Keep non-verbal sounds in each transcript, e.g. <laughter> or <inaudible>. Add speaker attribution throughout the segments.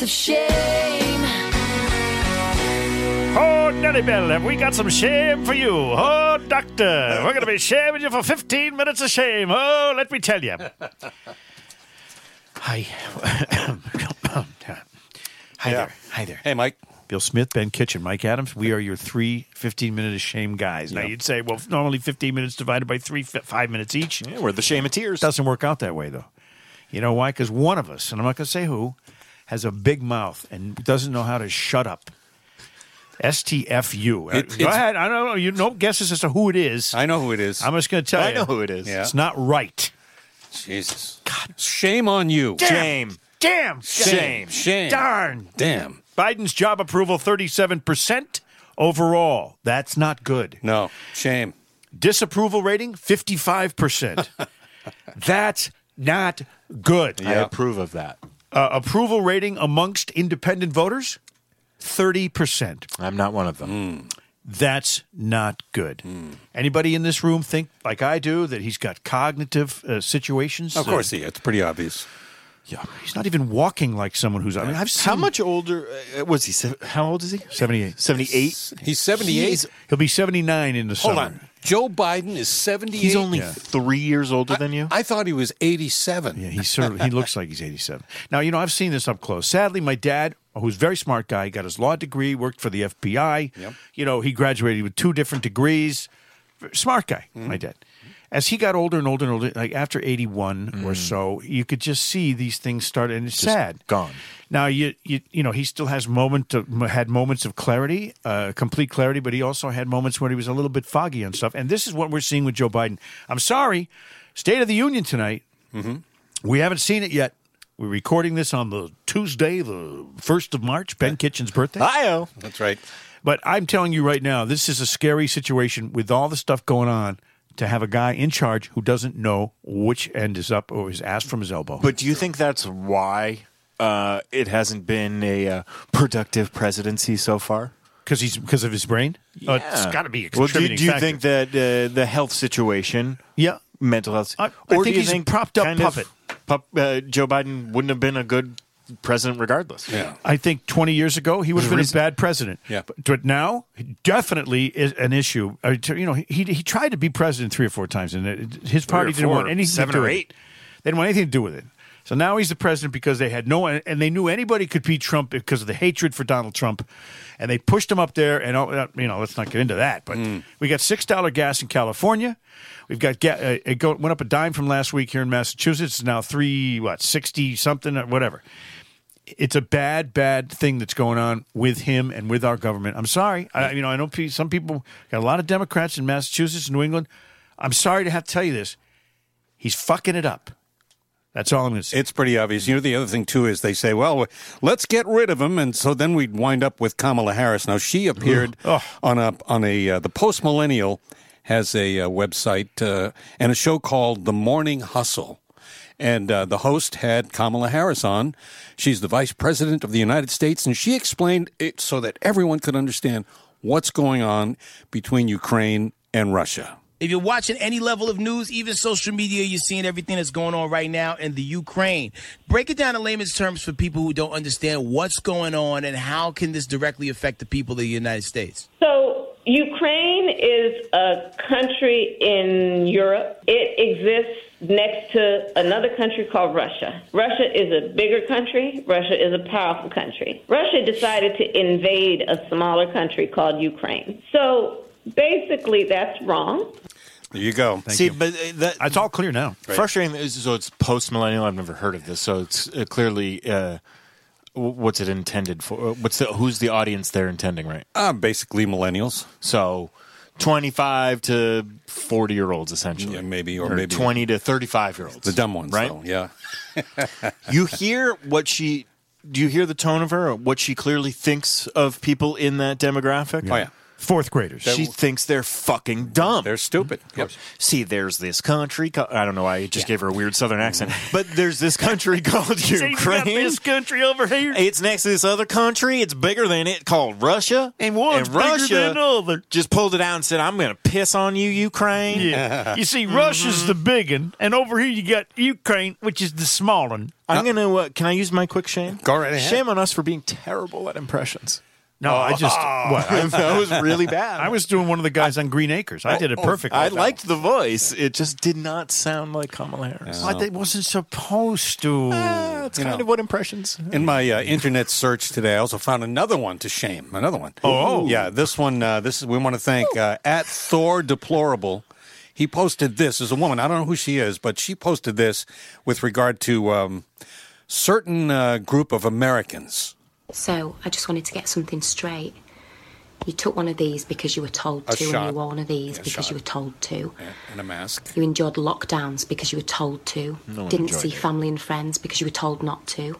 Speaker 1: of shame.
Speaker 2: Oh, Nellie Bell, have we got some shame for you? Oh, doctor, we're going to be shaming you for 15 minutes of shame. Oh, let me tell you. Hi. <coughs> Hi
Speaker 3: Yeah.
Speaker 2: there. Hi there.
Speaker 3: Hey, Mike.
Speaker 2: Bill Smith, Ben Kitchen, Mike Adams. We are your three 15 minute of shame guys. Now, you'd say, well, normally 15 minutes divided by three, fi- five minutes each.
Speaker 3: Yeah, we're the shame of tears.
Speaker 2: Doesn't work out that way, though. You know why? Because one of us, and I'm not going to say who, has a big mouth and doesn't know how to shut up. STFU. Uh,
Speaker 3: It-
Speaker 2: Go
Speaker 3: it's-
Speaker 2: ahead. I don't know. You no guesses as to who it is.
Speaker 3: I know who it is.
Speaker 2: I'm just going to tell
Speaker 3: I
Speaker 2: you.
Speaker 3: know who it is.
Speaker 2: It's not right.
Speaker 3: Jesus. God. Shame on you.
Speaker 2: Damn. Damn.
Speaker 3: Shame. Shame.
Speaker 2: Darn.
Speaker 3: Damn.
Speaker 2: Biden's job approval 37% overall. That's not good.
Speaker 3: No. Shame.
Speaker 2: Disapproval rating
Speaker 3: <laughs>
Speaker 2: 55%. That's not good.
Speaker 4: I
Speaker 3: Yeah.
Speaker 4: approve of that.
Speaker 2: Uh, approval rating amongst independent voters 30%.
Speaker 4: I'm not one of them.
Speaker 2: That's not good.
Speaker 3: Hmm.
Speaker 2: Anybody in this room think like I do that he's got cognitive uh, situations?
Speaker 3: Of
Speaker 2: Uh,
Speaker 3: course, he. It's pretty obvious.
Speaker 2: yeah, he's not even walking like someone who's I mean I've seen
Speaker 4: How much older uh, was he? Se- How old is he?
Speaker 2: 78.
Speaker 4: 78?
Speaker 3: He's 78.
Speaker 4: He's-
Speaker 2: He'll be 79 in the
Speaker 3: Hold
Speaker 2: summer.
Speaker 3: on. Joe Biden is 78.
Speaker 4: He's only
Speaker 2: Yeah.
Speaker 4: three years older than you.
Speaker 3: I thought he was 87.
Speaker 2: Yeah, he certainly he looks like he's 87. Now, you know, I've seen this up close. Sadly, my dad, who's a very smart guy, got his law degree, worked for the FBI. You know, he graduated with two different degrees. Smart guy, my dad. As he got older and older and older, like after 81 or so, you could just see these things start and it's sad.
Speaker 4: gone.
Speaker 2: Now you you you know he still has moment of, had moments of clarity, uh, complete clarity, but he also had moments where he was a little bit foggy on stuff. And this is what we're seeing with Joe Biden. I'm sorry, State of the Union tonight. We haven't seen it yet. We're recording this on the Tuesday, the first of March, Ben Kitchen's birthday.
Speaker 4: Io.
Speaker 3: That's right.
Speaker 2: But I'm telling you right now, this is a scary situation with all the stuff going on. To have a guy in charge who doesn't know which end is up or his ass from his elbow.
Speaker 4: But do you think that's why uh, it hasn't been a uh, productive presidency so far?
Speaker 2: because he's because of his brain. Uh, it's got to be a
Speaker 4: Well, do,
Speaker 2: contributing
Speaker 4: do you
Speaker 2: factor.
Speaker 4: think that uh, the health situation,
Speaker 2: Yeah.
Speaker 4: mental health,
Speaker 2: I- I
Speaker 4: or
Speaker 2: think
Speaker 4: do you
Speaker 2: he's a
Speaker 4: think
Speaker 2: propped-up
Speaker 4: kind of
Speaker 2: puppet.
Speaker 4: pup- uh, Joe Biden wouldn't have been a good president regardless?
Speaker 3: Yeah.
Speaker 2: I think 20 years ago he would have been a bad president.
Speaker 3: Yeah.
Speaker 2: But, but now definitely is an issue. Uh, to- You know, he he tried to be president three or four times, and it- his party didn't
Speaker 3: four,
Speaker 2: want anything
Speaker 3: seven
Speaker 2: to do
Speaker 3: or
Speaker 2: with it.
Speaker 3: eight.
Speaker 2: They didn't want anything to do with it. So now he's the president because they had no, and they knew anybody could beat Trump because of the hatred for Donald Trump, and they pushed him up there. And uh, you know, let's not get into that. But
Speaker 3: Hmm.
Speaker 2: we got six dollar gas in California. We've got ga- uh, it go, went up a dime from last week here in Massachusetts. It's now three what sixty something or whatever it's a bad, bad thing that's going on with him and with our government. I'm sorry. I, you know, I know pe- some people got a lot of Democrats in Massachusetts, New England. I'm sorry to have to tell you this. He's fucking it up. That's all I'm going to say.
Speaker 3: It's pretty obvious. You know, the other thing, too, is they say, well, let's get rid of him. And so then we'd wind up with Kamala Harris. Now, she appeared
Speaker 2: Ugh.
Speaker 3: on a, on a, uh, the post millennial has a uh, website uh, and a show called The Morning Hustle. And uh, the host had Kamala Harris on. She's the vice president of the United States. And she explained it so that everyone could understand what's going on between Ukraine and Russia.
Speaker 5: If you're watching any level of news, even social media, you're seeing everything that's going on right now in the Ukraine. Break it down in layman's terms for people who don't understand what's going on and how can this directly affect the people of the United States.
Speaker 6: So, Ukraine is a country in Europe. It exists next to another country called Russia. Russia is a bigger country. Russia is a powerful country. Russia decided to invade a smaller country called Ukraine. So, basically, that's wrong.
Speaker 3: There you go.
Speaker 4: See, but uh, that,
Speaker 2: It's all clear now.
Speaker 4: frustrating is so it's post millennial. I've never heard of this, so it's uh, clearly uh, w- what's it intended for? uh, What's the who's the audience they're intending, right?
Speaker 3: Ah, basically, millennials.
Speaker 4: So, twenty five to forty year olds essentially,
Speaker 3: Yeah, maybe, or maybe-
Speaker 4: twenty to thirty five year olds,
Speaker 3: The dumb ones,
Speaker 4: right?
Speaker 3: though. <laughs> Yeah.
Speaker 4: You hear what she? Do you hear the tone of her? Or what she clearly thinks of people in that demographic?
Speaker 3: Oh, yeah.
Speaker 2: Fourth graders.
Speaker 4: she thinks they're fucking dumb.
Speaker 3: They're stupid. Yep.
Speaker 4: See, there's this country. Co- I don't know. I just gave her a weird Southern accent,
Speaker 3: Mm-hmm.
Speaker 4: but there's this country <laughs> called Ukraine.
Speaker 2: country over here.
Speaker 4: It's next to this other country. It's bigger than it, called Russia.
Speaker 2: And one's bigger than the other.
Speaker 4: just pulled it out and said, "I'm going to piss on you, Ukraine." <laughs>
Speaker 2: Yeah. you see, Russia's
Speaker 4: Mm-hmm.
Speaker 2: the big one, and over here you got Ukraine, which is the small one.
Speaker 4: I'm going to. Uh, can I use my quick shame?
Speaker 3: Go right ahead.
Speaker 4: Shame on us for being terrible at impressions.
Speaker 2: No, I just what I,
Speaker 4: Oh. <laughs> that was really bad. Oh,
Speaker 2: I was doing one of the guys on Green Acres. I did it perfectly.
Speaker 4: I liked the voice. It just did not sound like Kamala Harris.
Speaker 2: But it wasn't supposed to.
Speaker 4: That's kind of what impressions.
Speaker 3: In my uh, internet search today, I also found another one to shame. Another one.
Speaker 2: Oh.
Speaker 3: yeah. This one. Uh, this is. We want to thank uh, at Thor Deplorable. He posted this as a woman. I don't know who she is, but she posted this with regard to um, certain uh, group of Americans.
Speaker 1: So I just wanted to get something straight. You took one of these because you were told
Speaker 3: A
Speaker 1: to, and you
Speaker 3: shot.
Speaker 1: wore one of these
Speaker 3: Yeah,
Speaker 1: because
Speaker 3: shot.
Speaker 1: you were told to.
Speaker 3: Yeah, in a mask.
Speaker 1: You endured lockdowns because you were told to. Didn't see family and friends because you were told not to.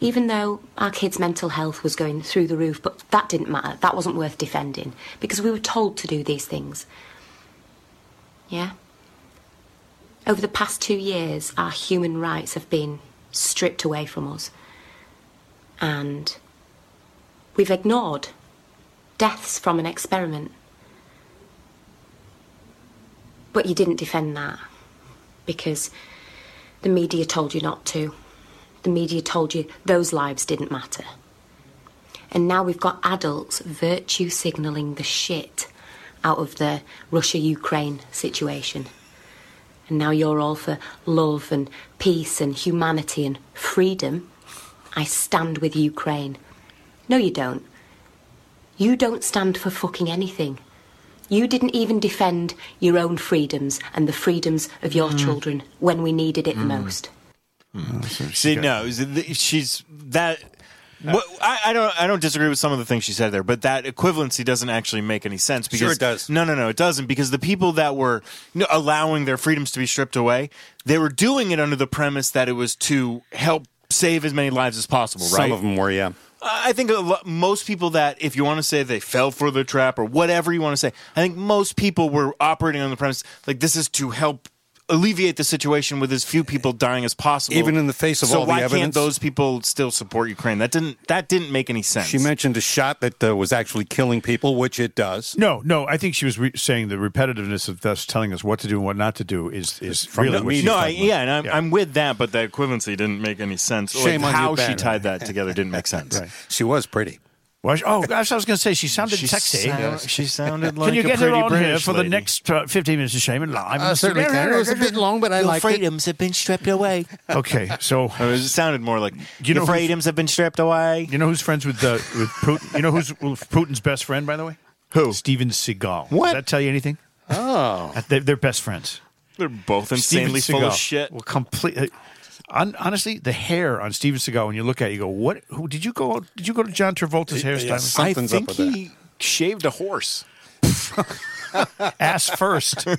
Speaker 1: Even though our kids' mental health was going through the roof, but that didn't matter. That wasn't worth defending because we were told to do these things. Yeah? Over the past two years, our human rights have been stripped away from us. And we've ignored deaths from an experiment. But you didn't defend that because the media told you not to. The media told you those lives didn't matter. And now we've got adults virtue signalling the shit out of the Russia Ukraine situation. And now you're all for love and peace and humanity and freedom. I stand with Ukraine. No, you don't. You don't stand for fucking anything. You didn't even defend your own freedoms and the freedoms of your children when we needed it most.
Speaker 4: She knows. She's that.
Speaker 3: Uh,
Speaker 4: What, I, I don't. I don't disagree with some of the things she said there, but that equivalency doesn't actually make any sense. Because,
Speaker 3: Sure it does.
Speaker 4: No, no, no, it doesn't. Because the people that were n- allowing their freedoms to be stripped away, they were doing it under the premise that it was to help save as many lives as possible. Right?
Speaker 3: Some of them were. Yeah.
Speaker 4: I I think a lot, most people that, if you want to say they fell for the trap or whatever you want to say, I think most people were operating on the premise like this is to help alleviate the situation with as few people dying as possible.
Speaker 3: Even in the face of
Speaker 4: so
Speaker 3: all the
Speaker 4: why can't
Speaker 3: evidence?
Speaker 4: those people still support Ukraine? That didn't that didn't make any sense.
Speaker 3: She mentioned a shot that uh, was actually killing people, which it does.
Speaker 2: No, no. I think she was re- saying the repetitiveness of us telling us what to do and what not to do is is
Speaker 3: from
Speaker 2: really
Speaker 3: the
Speaker 2: what she's
Speaker 4: no, I,
Speaker 2: talking about.
Speaker 4: yeah, and I'm, I'm with that, but the equivalency didn't make any sense.
Speaker 3: Shame
Speaker 4: like,
Speaker 3: on you,
Speaker 4: how she
Speaker 3: Ben.
Speaker 4: tied that together didn't make sense.
Speaker 2: Right.
Speaker 3: She was pretty.
Speaker 2: Well, she- oh, gosh, I was going to say she sounded
Speaker 4: She,
Speaker 2: sexy.
Speaker 4: sound- she sounded like
Speaker 2: Can you
Speaker 4: a
Speaker 2: get her
Speaker 4: pretty
Speaker 2: on
Speaker 4: British
Speaker 2: here for
Speaker 4: lady.
Speaker 2: the next uh, 15 minutes of shame and live?
Speaker 3: long, but I
Speaker 4: Your freedoms have been stripped away.
Speaker 2: Okay, <laughs> so
Speaker 4: It was- it sounded more like
Speaker 2: You know
Speaker 4: your
Speaker 2: who-
Speaker 4: freedoms have been stripped away.
Speaker 2: Uh, you know who's friends with uh, with Putin? You know who's Putin's best friend, by the way?
Speaker 4: Who?
Speaker 2: Steven Seagal.
Speaker 4: What?
Speaker 2: Does that tell you anything? Oh, they're, they're best friends.
Speaker 4: They're both
Speaker 2: Steven
Speaker 4: insanely full of
Speaker 2: Seagal.
Speaker 4: shit.
Speaker 2: Well, completely. Hon- honestly, the hair on Steven Seagal when you look at it, you go, "What? Who did you go? Did you go to John Travolta's hairstyle?
Speaker 4: I
Speaker 3: Something's
Speaker 4: think
Speaker 3: up with
Speaker 4: he shaved a horse.
Speaker 2: Ass first. okay,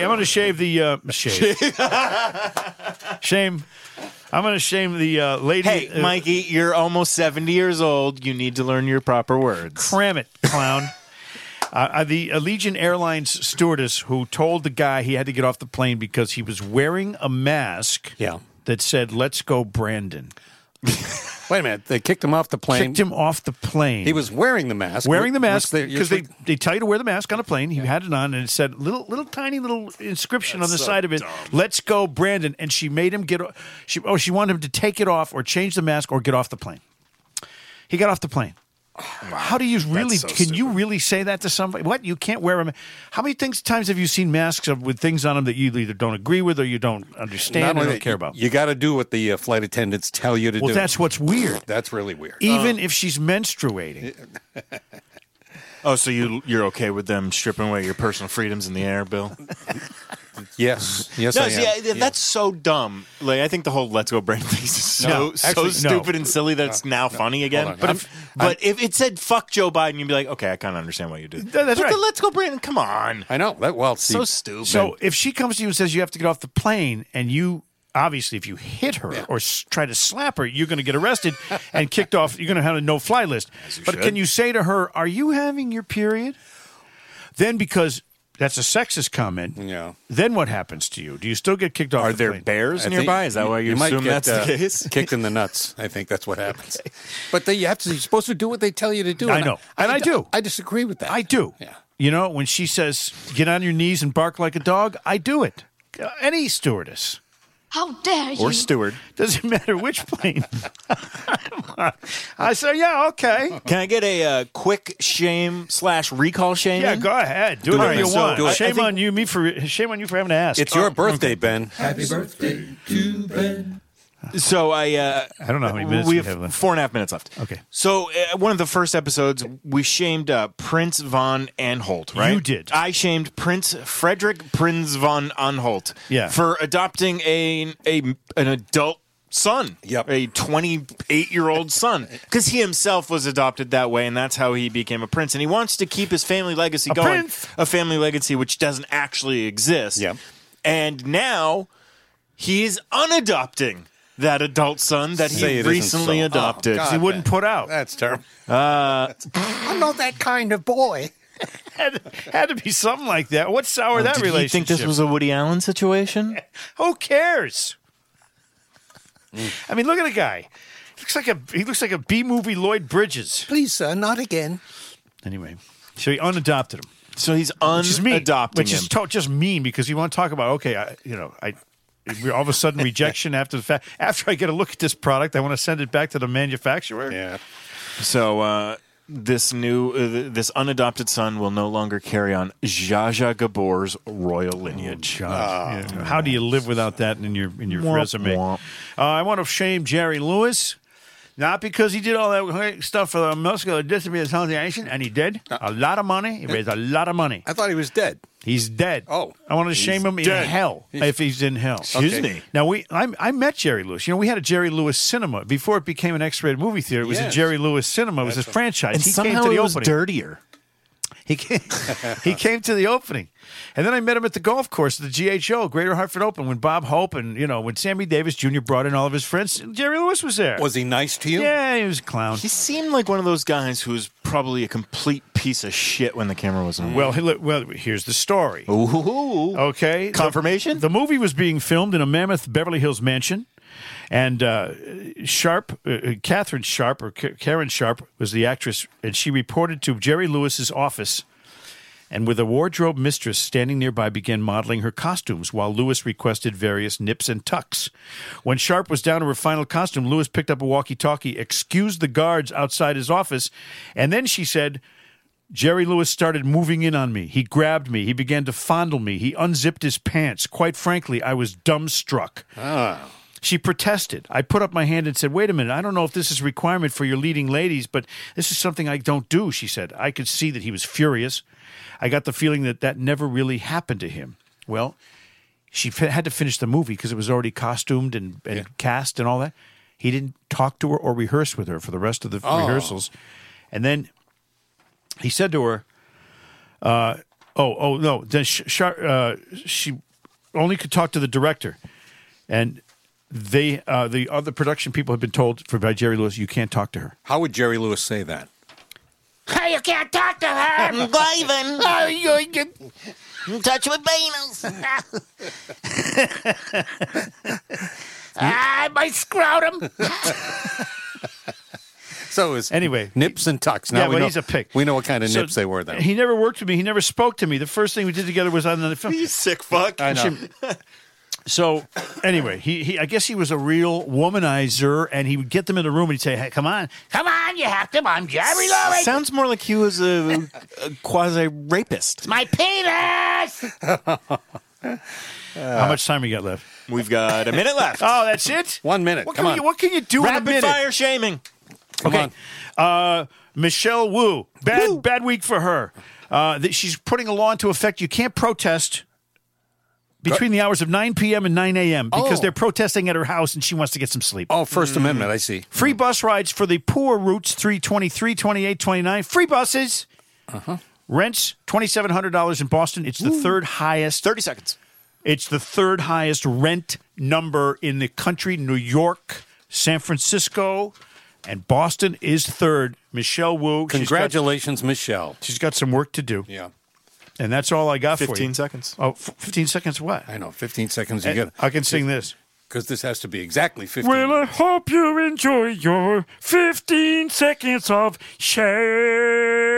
Speaker 2: I'm going to shave the uh,
Speaker 3: <laughs>
Speaker 2: shave. shame. I'm going to shame the uh, lady.
Speaker 4: Hey,
Speaker 2: uh,
Speaker 4: Mikey, you're almost 70 years old. You need to learn your proper words.
Speaker 2: Cram it, clown. Uh, uh, the Allegiant Airlines stewardess who told the guy he had to get off the plane because he was wearing a mask
Speaker 3: Yeah.
Speaker 2: that said, Let's go, Brandon.
Speaker 3: Wait a minute. They kicked him off the plane.
Speaker 2: Kicked him off the plane.
Speaker 3: He was wearing the mask.
Speaker 2: wearing the
Speaker 3: which
Speaker 2: mask
Speaker 3: they-
Speaker 2: because they, they tell you to wear the mask on a plane. He had it on and it said little little tiny little inscription on the side of it. Let's go, Brandon. And she made him get. o- She oh she wanted him to take it off or change the mask or get off the plane. He got off the
Speaker 3: <sighs>
Speaker 2: plane. How do you really?
Speaker 4: so
Speaker 2: can you really say that to somebody? What you can't wear a. ma- How many things times have you seen masks of, with things on them that you either don't agree with or you don't understand or
Speaker 3: only
Speaker 2: don't
Speaker 3: that,
Speaker 2: care about?
Speaker 3: You got to do what the uh, flight attendants tell you to
Speaker 2: well,
Speaker 3: do. Uh,
Speaker 2: that's e- what's weird.
Speaker 3: that's really weird.
Speaker 2: Even if she's menstruating,
Speaker 4: Oh, so you, you're okay with them stripping away your personal freedoms in the air, Bill?
Speaker 3: yes, yes, I
Speaker 4: No,
Speaker 3: am.
Speaker 4: see, I, that's so dumb. Like, I think the whole "Let's Go Brandon" thing is so
Speaker 2: No, actually, no.
Speaker 4: so stupid and silly that it's now funny again.
Speaker 3: on.
Speaker 4: But
Speaker 3: I'm-
Speaker 4: if, but if it said "Fuck Joe Biden," you'd be like, okay, I kind of understand what you did.
Speaker 2: Th- that's
Speaker 4: but the
Speaker 2: right.
Speaker 4: "Let's Go Brandon," come on,
Speaker 3: I know that. Well,
Speaker 4: so
Speaker 3: see,
Speaker 4: stupid.
Speaker 2: So if she comes to you and says you have to get off the plane and you obviously if you hit her or s- try to slap her, you're going to get arrested and kicked off. You're going to have a no fly list. But can you say to her, "Are you having your period?" Then because that's a sexist comment.
Speaker 3: Yeah.
Speaker 2: Then what happens to you? Do you still get kicked off?
Speaker 4: Are
Speaker 2: the
Speaker 4: there
Speaker 2: plane?
Speaker 4: bears
Speaker 3: I think
Speaker 4: nearby? Is that why you,
Speaker 3: might
Speaker 4: assume
Speaker 3: get,
Speaker 4: that's
Speaker 3: uh,
Speaker 4: the
Speaker 2: <laughs>
Speaker 4: case?
Speaker 3: Kicked in the nuts. I think that's what happens. But they, you have to. You're supposed to do what they tell you to do.
Speaker 2: I know. And I do.
Speaker 3: I disagree with that.
Speaker 2: I do.
Speaker 3: Yeah.
Speaker 2: You know, when she says, "Get on your knees and bark like a dog," I do it. Uh, Any stewardess.
Speaker 7: How dare you?
Speaker 4: Or steward?
Speaker 2: Doesn't <laughs> matter which plane. <laughs> I say, yeah, okay.
Speaker 4: Can I get a uh, quick shame slash recall shame?
Speaker 2: Yeah, go ahead. Do
Speaker 4: Do
Speaker 2: whatever
Speaker 4: it.
Speaker 2: you
Speaker 4: So,
Speaker 2: want.
Speaker 4: do it. I
Speaker 2: Shame
Speaker 4: think-
Speaker 2: on you, me for shame on you for having to ask.
Speaker 3: It's your
Speaker 2: <laughs>
Speaker 3: birthday, Ben.
Speaker 4: So I, uh,
Speaker 2: I don't know how many minutes we
Speaker 4: we have,
Speaker 2: have left.
Speaker 4: Four and a half minutes left.
Speaker 2: Okay.
Speaker 4: So uh, one of the first episodes, we shamed uh, Prince von Anholt, right?
Speaker 2: You did.
Speaker 4: I shamed Prince Frederick Prinz von Anholt.
Speaker 2: Yeah.
Speaker 4: For adopting a a an adult son.
Speaker 3: Yep.
Speaker 4: A twenty eight year
Speaker 3: <laughs>
Speaker 4: old son, because he himself was adopted that way, and that's how he became a prince. And he wants to keep his family legacy going,
Speaker 2: prince.
Speaker 4: a family legacy which doesn't actually exist.
Speaker 3: Yep.
Speaker 4: And now he is unadopting that adult son that
Speaker 3: Say
Speaker 4: he
Speaker 3: it isn't
Speaker 4: recently
Speaker 3: so.
Speaker 4: adopted.
Speaker 3: Oh,
Speaker 2: he
Speaker 3: God.
Speaker 2: wouldn't put out.
Speaker 3: That's terrible. I'm not that kind of boy.
Speaker 2: <laughs> Had, had to be something like that. What sour that
Speaker 4: Did he
Speaker 2: relationship?
Speaker 4: think this was a Woody Allen situation?
Speaker 2: Who cares?
Speaker 4: Mm.
Speaker 2: I mean, look at the guy. He looks like a he looks like a B movie Lloyd Bridges.
Speaker 3: Please, sir, not again.
Speaker 2: <laughs> Anyway, so he unadopted him.
Speaker 4: So he's
Speaker 2: which is mean,
Speaker 4: unadopting
Speaker 2: which
Speaker 4: him.
Speaker 2: is to- just mean because you want to talk about okay, I, you know, I we- all of a sudden
Speaker 4: <laughs>
Speaker 2: rejection after the fact. After I get a look at this product, I want to send it back to the manufacturer.
Speaker 3: Yeah.
Speaker 4: so uh, this new, uh, th- this unadopted son will no longer carry on Zsa Zsa Gabor's royal lineage.
Speaker 2: Oh, God. Yeah. How do you live without that in your in your
Speaker 4: Oh, Womp,
Speaker 2: resume?
Speaker 4: womp.
Speaker 2: Uh, I want to shame Jerry Lewis. Not because he did all that great stuff for the muscular dystrophy association, and he did
Speaker 3: Uh.
Speaker 2: a lot of money. He raised a lot of money.
Speaker 3: I thought he was dead.
Speaker 2: He's dead.
Speaker 3: Uh. Oh,
Speaker 2: I want to shame him
Speaker 3: dead.
Speaker 2: in hell if he's in hell.
Speaker 4: Excuse me.
Speaker 2: Now we, I, I met Jerry Lewis. You know, we had a Jerry Lewis cinema before it became an X-rated movie theater. It was
Speaker 3: Yes.
Speaker 2: a Jerry Lewis cinema. It was a franchise.
Speaker 4: And
Speaker 2: he came
Speaker 4: somehow
Speaker 2: to the
Speaker 4: it was
Speaker 2: opening.
Speaker 4: dirtier.
Speaker 2: He came, <laughs> he came to the opening, and then I met him at the golf course, at the GHO, Greater Hartford Open, when Bob Hope and you know when Sammy Davis Jr. brought in all of his friends. Jerry Lewis was there.
Speaker 3: Was he nice to you?
Speaker 2: yeah, he was a clown.
Speaker 4: He seemed like one of those guys who was probably a complete piece of shit when the camera was on.
Speaker 2: Well, he, li- well, here's the story.
Speaker 4: Ooh.
Speaker 2: Okay.
Speaker 4: Confirmation?
Speaker 2: The, the movie was being filmed in a mammoth Beverly Hills mansion. And uh, Sharp, uh, uh, Catherine Sharp, or K- Karen Sharp, was the actress, and she reported to Jerry Lewis's office. And with a wardrobe mistress standing nearby, began modeling her costumes while Lewis requested various nips and tucks. When Sharp was down to her final costume, Lewis picked up a walkie talkie, excused the guards outside his office, and then she said, Jerry Lewis started moving in on me. He grabbed me. He began to fondle me. He unzipped his pants. Quite frankly, I was dumbstruck. She protested. I put up my hand and said, Wait a minute, I don't know if this is a requirement for your leading ladies, but this is something I don't do, she said. I could see that he was furious. I got the feeling that that never really happened to him. Well, she fi- had to finish the movie because it was already costumed and, and cast and all that. He didn't talk to her or rehearse with her for the rest of the rehearsals. And then he said to her, uh, "Oh, oh no!" Then sh- Shar- uh, she only could talk to the director, and they, uh, the other production people, had been told for by Jerry Lewis, "You can't talk to her."
Speaker 3: How would Jerry Lewis say that?
Speaker 8: Hey, you can't talk to her. <laughs> I'm diving. Oh, you touch my penis. <laughs> ah, my scrotum.
Speaker 3: So it was
Speaker 2: Anyway.
Speaker 3: nips and tucks. Now
Speaker 2: yeah,
Speaker 3: we
Speaker 2: well,
Speaker 3: know,
Speaker 2: he's a pick.
Speaker 3: We know what kind of
Speaker 2: So
Speaker 3: nips they were, though.
Speaker 2: He never worked with me. He never spoke to me. The first thing we did together was on the film.
Speaker 4: <laughs> You sick fuck.
Speaker 3: I know.
Speaker 2: So anyway, he, he I guess he was a real womanizer, and he would get them in the room and he'd say, "Hey, come on,
Speaker 8: Come on, you have to. I'm Jerry Lewis.
Speaker 4: Sounds more like he was a, a quasi rapist.
Speaker 8: My penis.
Speaker 3: Uh.
Speaker 2: how much time we got left?"
Speaker 4: We've got <laughs> a minute left.
Speaker 2: Oh, that's it.
Speaker 3: One minute.
Speaker 2: What
Speaker 3: Come
Speaker 2: can
Speaker 3: on.
Speaker 2: you What can you do in a
Speaker 4: Rapid
Speaker 2: minute?
Speaker 4: fire shaming.
Speaker 3: Come on.
Speaker 2: Uh, Michelle Wu, bad bad week for her. Uh, that she's putting a law into effect. You can't protest between the hours of 9 p.m. and 9 a.m. because
Speaker 3: Oh.
Speaker 2: they're protesting at her house, and she wants to get some sleep.
Speaker 3: Oh, First Amendment. I see.
Speaker 2: Free bus rides for the poor routes 323, 28, 29. Free buses. Rents $2,700 in Boston. It's the third highest.
Speaker 4: 30 seconds.
Speaker 2: It's the third highest rent number in the country. New York, San Francisco, and Boston is third. Michelle Wu, she's got-
Speaker 3: Congratulations, Michelle.
Speaker 2: She's got some work to do,
Speaker 3: Yeah.
Speaker 2: and that's all I got for you.
Speaker 4: 15 seconds.
Speaker 2: Oh, f- 15 seconds what?
Speaker 3: I know. 15 seconds. You get
Speaker 2: I can sing this.
Speaker 3: because this has to be exactly 15.
Speaker 2: Well, I hope you enjoy your 15 seconds of shame.